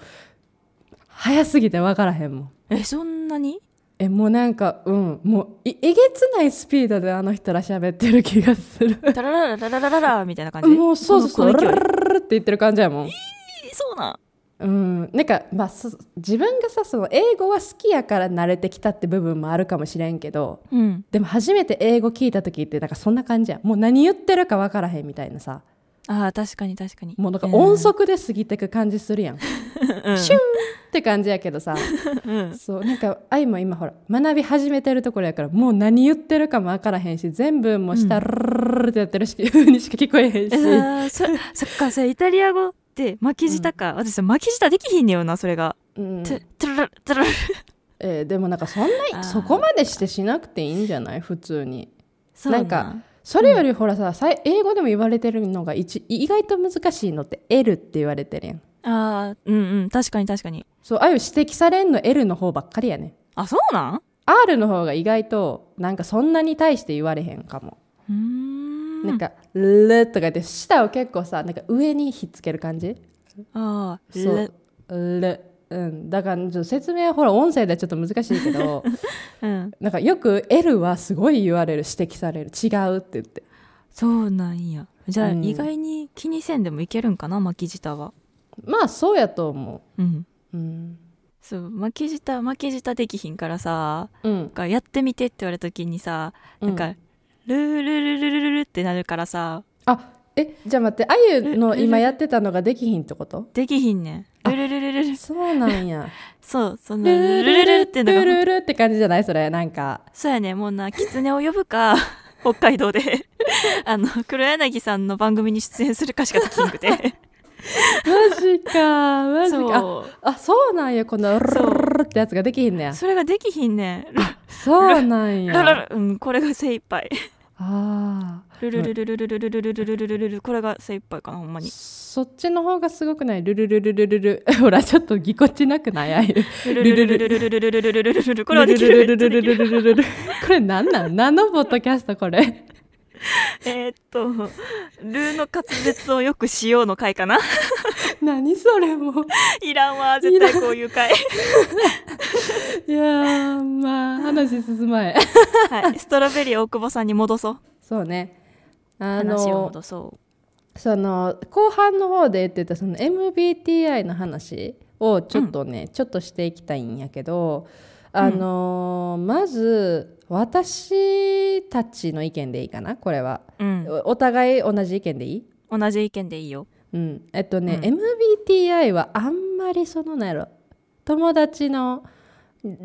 [SPEAKER 2] 早すぎて分からへんもん
[SPEAKER 3] えそんなに
[SPEAKER 2] えもうなんかうんもういえげつないスピードであの人ら喋ってる気がする
[SPEAKER 3] タララララララララみたいな感じ
[SPEAKER 2] もうそうそうそう
[SPEAKER 3] こ
[SPEAKER 2] ル
[SPEAKER 3] の
[SPEAKER 2] ル
[SPEAKER 3] 勢い
[SPEAKER 2] ルルルって言ってる感じやもん
[SPEAKER 3] そうなん
[SPEAKER 2] うん、なんか、まあ、そ自分がさその英語は好きやから慣れてきたって部分もあるかもしれんけど、
[SPEAKER 3] うん
[SPEAKER 2] でも初めて英語聞いた時ってなんかそんな感じやんもう何言ってるか分からへんみたいなさ
[SPEAKER 3] ああ確かに確かに
[SPEAKER 2] もうなんか音速で過ぎてく感じするや ん、シュンって感じやけどさ
[SPEAKER 3] うん
[SPEAKER 2] そうなんか愛も今ほら学び始めてるところやからもう何言ってるかも分からへんし全部もう下ルル ルルってやってるし、風にしか聞こえへんし、
[SPEAKER 3] えーそそ っかそれイタリア語って巻き舌か、私巻き舌できひんねよなそれが、
[SPEAKER 2] うん
[SPEAKER 3] トゥトゥルルルトゥルルル
[SPEAKER 2] えーでもなんかそん
[SPEAKER 3] あー
[SPEAKER 2] なそこまでしてしなくていいんじゃない普通に。
[SPEAKER 3] そう
[SPEAKER 2] なんかそれよりほらさ、さい英語でも言われてるのが一意外と難しいのって L って言われてるやん
[SPEAKER 3] ああうんうん確かに確かに
[SPEAKER 2] そうああいう指摘されんの L の方ばっかりやね
[SPEAKER 3] あそうなん
[SPEAKER 2] R の方が意外となんかそんなに対して言われへんかも、
[SPEAKER 3] うーん
[SPEAKER 2] なんか「ル」とか言って舌を結構さなんか上にひっつける感じ
[SPEAKER 3] ああ
[SPEAKER 2] そ
[SPEAKER 3] ル
[SPEAKER 2] う「ル」うん、だからちょっと説明はほら音声ではちょっと難しいけ ど
[SPEAKER 3] うん
[SPEAKER 2] なんかよく「L」はすごい言われる指摘される「違う」って言って
[SPEAKER 3] そうなんやじゃあ、
[SPEAKER 2] うん
[SPEAKER 3] 意外に気にせんでもいけるんかな巻き舌は
[SPEAKER 2] まあそうやと思
[SPEAKER 3] うん
[SPEAKER 2] ううん、
[SPEAKER 3] そう巻き舌巻き舌できひんからさ
[SPEAKER 2] うん
[SPEAKER 3] なん、かやってみてって言われた時にさ
[SPEAKER 2] う
[SPEAKER 3] なんか、ルールルルルルルってなるからさ
[SPEAKER 2] あえじゃあ待ってあゆの今やってたのができひんってこと
[SPEAKER 3] できひんねんルルルルルル
[SPEAKER 2] そうなんや
[SPEAKER 3] そうそん な
[SPEAKER 2] ル
[SPEAKER 3] ル
[SPEAKER 2] ルルル
[SPEAKER 3] ルルルル
[SPEAKER 2] っ
[SPEAKER 3] って
[SPEAKER 2] て
[SPEAKER 3] の
[SPEAKER 2] ルル
[SPEAKER 3] が
[SPEAKER 2] ルって感じじゃないそれなんか
[SPEAKER 3] そうやねもうな狐を呼ぶか北海道であの黒柳さんの番組に出演するかしかできなくて
[SPEAKER 2] マジかマジか
[SPEAKER 3] そう
[SPEAKER 2] ああそうなんやこのル
[SPEAKER 3] そう
[SPEAKER 2] ルルルってやつができひんねや
[SPEAKER 3] それができひんねん
[SPEAKER 2] そうなん
[SPEAKER 3] ルル
[SPEAKER 2] や
[SPEAKER 3] ルうんこれが精一杯
[SPEAKER 2] あー
[SPEAKER 3] ルルルルルルルルルルルルルルルルこれが精一杯かなほんまに
[SPEAKER 2] そっちの方がすごくないルルルルルルル ほらちょっとぎこちなくないあゆ
[SPEAKER 3] ルルルルルルルルルルルルルルルこれはできる
[SPEAKER 2] ルルルルルルルルルこれなんなん何のポッドキャストこれ
[SPEAKER 3] えーっとルーの滑舌をよくしようの回かな
[SPEAKER 2] 何それもう
[SPEAKER 3] いらんわ絶対こういう回
[SPEAKER 2] いやーまあ話進まえ
[SPEAKER 3] はいストロベリー大久保さんに戻そう
[SPEAKER 2] そうね。あ
[SPEAKER 3] 話を
[SPEAKER 2] の
[SPEAKER 3] 戻そ
[SPEAKER 2] その後半の方で言ってたその MBTI の話をちょっとね、ちょっとしていきたいんやけど、あのまず私たちの意見でいいかなこれは、
[SPEAKER 3] ううん
[SPEAKER 2] おお互い同じ意見でいい
[SPEAKER 3] 同じ意見でいいよ
[SPEAKER 2] うん、えっとね、
[SPEAKER 3] う
[SPEAKER 2] MBTI はあんまりそのなんやろ友達の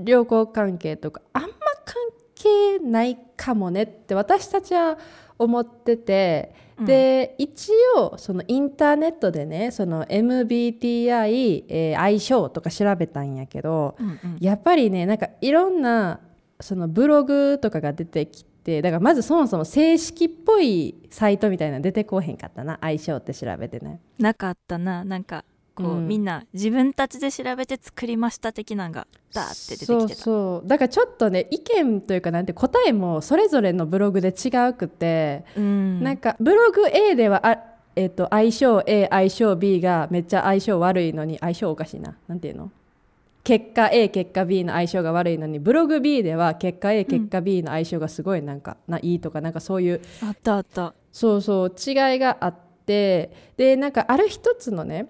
[SPEAKER 2] 良好関係とかあんま関係ないかもねって私たちは思ってて、
[SPEAKER 3] うん
[SPEAKER 2] で一応そのインターネットでねその MBTI、えー相性とか調べたんやけど、
[SPEAKER 3] うんうん
[SPEAKER 2] やっぱりねなんかいろんなそのブログとかが出てきてだからまずそもそも正式っぽいサイトみたいなの出てこうへんかったな相性って調べてね
[SPEAKER 3] なかったななんかこう、
[SPEAKER 2] うん
[SPEAKER 3] みんな自分たちで調べて作りました的なんがダーって出てきてた
[SPEAKER 2] そうそうだからちょっとね意見というかなんて答えもそれぞれのブログで違うくて、
[SPEAKER 3] うん
[SPEAKER 2] なんかブログ A ではあえっと相性 A 相性 B がめっちゃ相性悪いのに相性おかしいななんていうの結果 A 結果 B の相性が悪いのにブログ B では結果 A 結果 B の相性がすごいなんか、ないいとかなんかそういう
[SPEAKER 3] あったあった
[SPEAKER 2] そうそう違いがあってでなんかある一つのね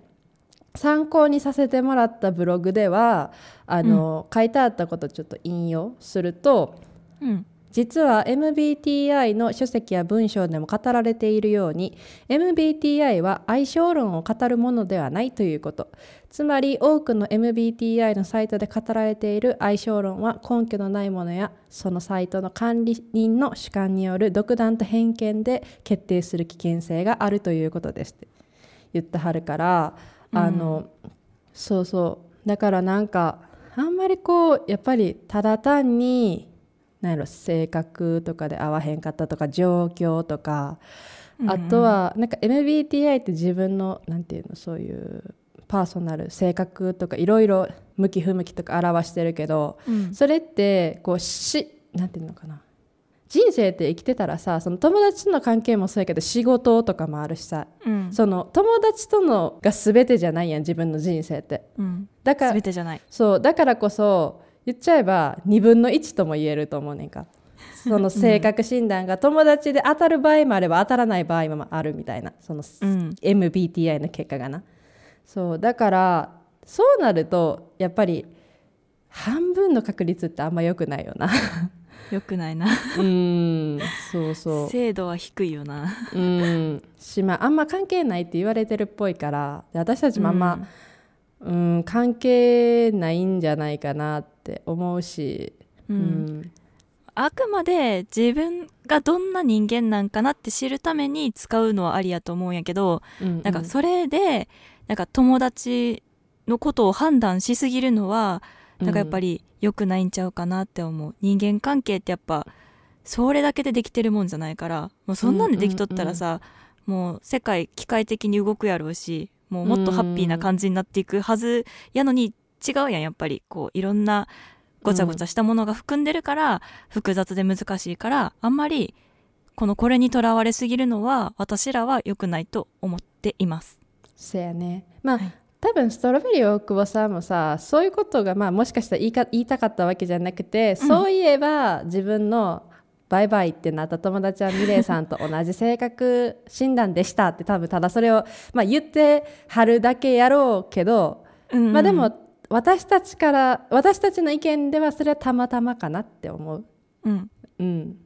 [SPEAKER 2] 参考にさせてもらったブログではあの、書いてあったことちょっと引用すると
[SPEAKER 3] うん
[SPEAKER 2] 実は MBTI の書籍や文章でも語られているように MBTI は相性論を語るものではないということつまり多くの MBTI のサイトで語られている相性論は根拠のないものやそのサイトの管理人の主観による独断と偏見で決定する危険性があるということですって言ってはるから、
[SPEAKER 3] うん
[SPEAKER 2] あのそうそうだからなんかあんまりこうやっぱりただ単になんやろ性格とかで合わへんかったとか状況とか、
[SPEAKER 3] うん
[SPEAKER 2] あとはなんか MBTI って自分のなんていうのそういうパーソナル性格とかいろいろ向き不向きとか表してるけど
[SPEAKER 3] うん
[SPEAKER 2] それってこうしなんていうのかな人生って生きてたらさその友達との関係もそうやけど仕事とかもあるしさ
[SPEAKER 3] うん
[SPEAKER 2] その友達とのが全てじゃないやん自分の人生って
[SPEAKER 3] うん
[SPEAKER 2] だから
[SPEAKER 3] 全てじゃない
[SPEAKER 2] そうだからこそ言っちゃえば2分の1とも言えると思うねんかその性格診断が友達で当たる場合もあれば当たらない場合もあるみたいなその、
[SPEAKER 3] うん
[SPEAKER 2] MBTI の結果がなそうだからそうなるとやっぱり半分の確率ってあんま良くないよな
[SPEAKER 3] よくないな
[SPEAKER 2] うんそうそう
[SPEAKER 3] 精度は低いよな
[SPEAKER 2] うんしまああんま関係ないって言われてるっぽいからで私たちもあんま、うん、関係ないんじゃないかなって思うし、
[SPEAKER 3] う
[SPEAKER 2] うんん
[SPEAKER 3] あくまで自分がどんな人間なんかなって知るために使うのはありやと思うんやけど
[SPEAKER 2] うん
[SPEAKER 3] なんかそれでなんか友達のことを判断しすぎるのはなんかやっぱ
[SPEAKER 2] り、
[SPEAKER 3] り良くないんちゃうかなって思う人間関係ってやっぱそれだけでできてるもんじゃないからもうそんなんでできとったらさ、もう世界機械的に動くやろうしもうもっとハッピーな感じになっていくはずやのに違うやんやっぱりこういろんなごちゃごちゃしたものが含んでるから、複雑で難しいからあんまりこのこれにとらわれすぎるのは私らは良くないと思っています。
[SPEAKER 2] せやねまあ、
[SPEAKER 3] はい
[SPEAKER 2] 多分ストロベリー大久保さんもさそういうことが、まあ、もしかしたら言いか言いたかったわけじゃなくて、そういえば自分のバイバイってなった友達はミレイさんと同じ性格診断でしたって多分ただそれを、まあ、言ってはるだけやろうけど
[SPEAKER 3] うん
[SPEAKER 2] まあでも私たちから私たちの意見ではそれはたまたまかなって思う。
[SPEAKER 3] うん、
[SPEAKER 2] うん。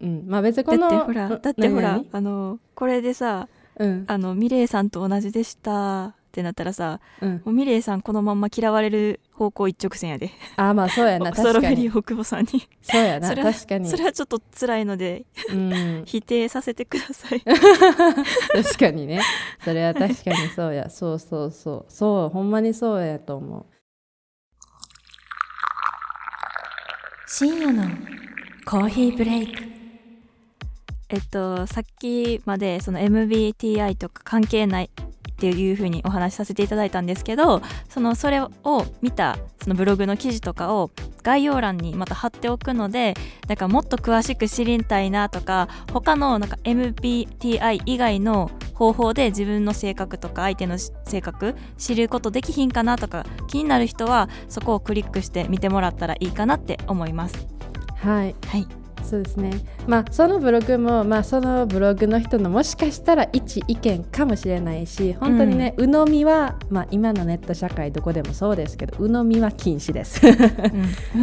[SPEAKER 2] うん。まあ別に
[SPEAKER 3] だ
[SPEAKER 2] こ
[SPEAKER 3] って
[SPEAKER 2] の
[SPEAKER 3] ほらだってほら
[SPEAKER 2] 何
[SPEAKER 3] あのこれでさ
[SPEAKER 2] 々うん。
[SPEAKER 3] あのミレイさんと同じでしたってなったらさ
[SPEAKER 2] うん。
[SPEAKER 3] もうミレイさんこのまんま嫌われる方向一直線やで
[SPEAKER 2] あまあそうやな
[SPEAKER 3] ストロ
[SPEAKER 2] 確か
[SPEAKER 3] ベリ
[SPEAKER 2] に。
[SPEAKER 3] ー大久保さんに
[SPEAKER 2] そうやな
[SPEAKER 3] それは
[SPEAKER 2] 確かに。
[SPEAKER 3] それはちょっと辛いので
[SPEAKER 2] うん。
[SPEAKER 3] 否定させてください
[SPEAKER 2] 確かにね。それは確かにそうや。そうそうそう。そうほんまにそうやと思う。
[SPEAKER 3] 深夜のコーヒーブレイクえっとさっきまでその MBTI とか関係ないっていう風にお話しさせていただいたんですけどそのそれを見たそのブログの記事とかを概要欄にまた貼っておくのでなんかもっと詳しく知りたいなとか他のなんか MBTI 以外の方法で自分の性格とか相手の性格知ることできひんかなとか気になる人はそこをクリックして見てもらったらいいかなって思います。
[SPEAKER 2] はい。
[SPEAKER 3] はい、
[SPEAKER 2] そうですね。まあそのブログもまあそのブログの人のもしかしたら一意見かもしれないし、本当にね、鵜呑みはまあ今のネット社会どこでもそうですけど、鵜呑みは禁止です。
[SPEAKER 3] う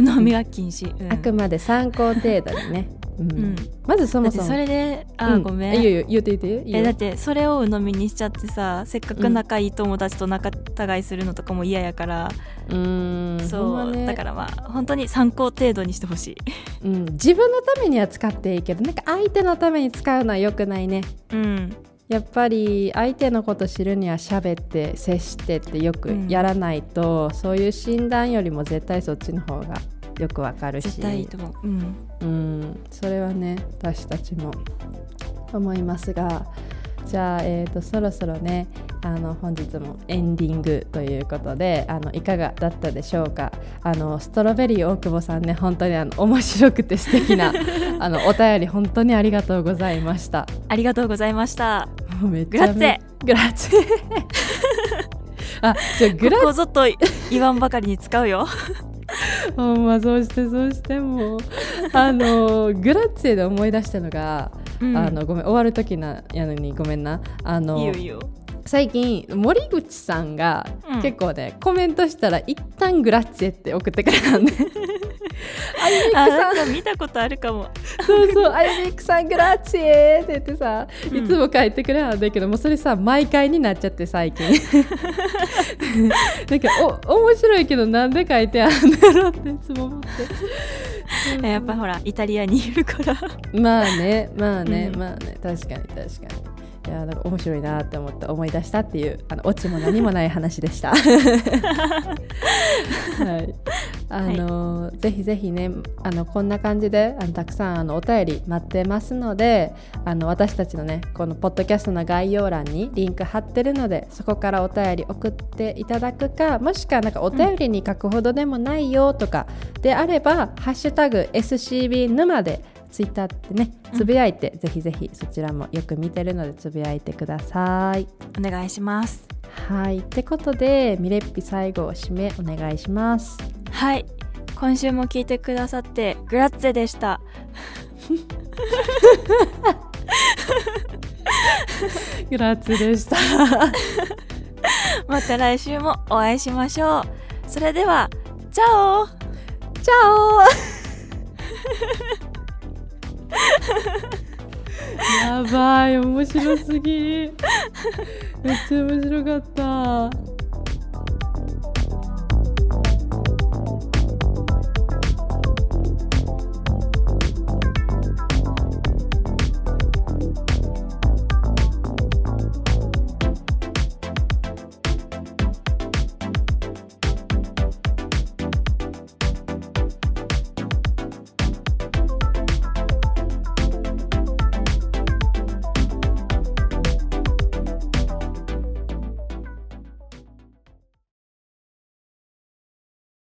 [SPEAKER 3] ん、鵜呑みは禁止、う ん
[SPEAKER 2] あくまで参考程度にね。うん
[SPEAKER 3] うん
[SPEAKER 2] まずそ
[SPEAKER 3] だ
[SPEAKER 2] も
[SPEAKER 3] って
[SPEAKER 2] そも。
[SPEAKER 3] それであ、
[SPEAKER 2] うん
[SPEAKER 3] ご
[SPEAKER 2] え
[SPEAKER 3] め
[SPEAKER 2] い
[SPEAKER 3] ん
[SPEAKER 2] いよいいよ言って言っていいよ。
[SPEAKER 3] えだってそれを鵜呑みにしちゃってさせっかく仲いい友達と仲違いするのとかも嫌やから、
[SPEAKER 2] うーん、
[SPEAKER 3] そう、だかららまあ本当に参考程度にしてほしい、
[SPEAKER 2] うん、自分のためには使っていいけどなんか相手のために使うのは良くないね。
[SPEAKER 3] うん、
[SPEAKER 2] やっぱり相手のこと知るには喋って接してってよくやらないと、そういう診断よりも絶対そっちの方がよくわかるし
[SPEAKER 3] 絶対いいと思う、うん、
[SPEAKER 2] うんそれはね私たちも思いますがじゃあ、えー、とそろそろねあの本日もエンディングということであのいかがだったでしょうかあのストロベリー大久保さんね本当にあの面白くて素敵なあのお便り本当にありがとうございました。
[SPEAKER 3] ありがとうございました
[SPEAKER 2] もうめち
[SPEAKER 3] グラ
[SPEAKER 2] ゃ
[SPEAKER 3] ッ
[SPEAKER 2] め
[SPEAKER 3] ツェ
[SPEAKER 2] グラッツェ あじゃあグラ
[SPEAKER 3] こ
[SPEAKER 2] ッ
[SPEAKER 3] こぞと言わんばかりに使うよ
[SPEAKER 2] ツェほんまそうしてそうしてもうあのグラッツェで思い出したのが
[SPEAKER 3] う ん
[SPEAKER 2] あのごめん終わる時なやのにごめんなあの
[SPEAKER 3] いいよいいよ
[SPEAKER 2] 最近森口さんが
[SPEAKER 3] うん
[SPEAKER 2] 結構ね、コメントしたら一旦グラッツェって送ってくれたんであゆみっく
[SPEAKER 3] あ
[SPEAKER 2] さ
[SPEAKER 3] なん
[SPEAKER 2] ん
[SPEAKER 3] か見たことあるかも
[SPEAKER 2] そうそう、あゆみっくさん、グラッチエーって言ってさ、
[SPEAKER 3] うん
[SPEAKER 2] いつも帰ってくれなんだけど、もうそれさ、毎回になっちゃって、最 近。なんか、お、面白いけど、なんで書いてあるんだろうっていつも思って。
[SPEAKER 3] やっぱほらイタリアにいるから
[SPEAKER 2] まあね、まあね、
[SPEAKER 3] うん
[SPEAKER 2] まあね、確かに、確かに。いやーなんか面白いなって思って思い出したっていうあのオチも何もない話でした。はい、あのーぜひぜひねあのこんな感じであのたくさんあのお便り待ってますのであの私たちのねこのポッドキャストの概要欄にリンク貼ってるのでそこからお便り送っていただくかもしくはなんかお便りに書くほどでもないよとかであれば「ハッシュタグ #SCB 沼」でツイッターってねつぶやいて、ぜひぜひそちらもよく見てるのでつぶやいてください。
[SPEAKER 3] お願いします
[SPEAKER 2] はいってことでミレッピ最後締めお願いします。
[SPEAKER 3] はい今週も聞いてくださってグラッツェでした
[SPEAKER 2] グラッツでした。
[SPEAKER 3] また来週もお会いしましょうそれではチャオ
[SPEAKER 2] チャオやばい面白すぎめっちゃ面白かった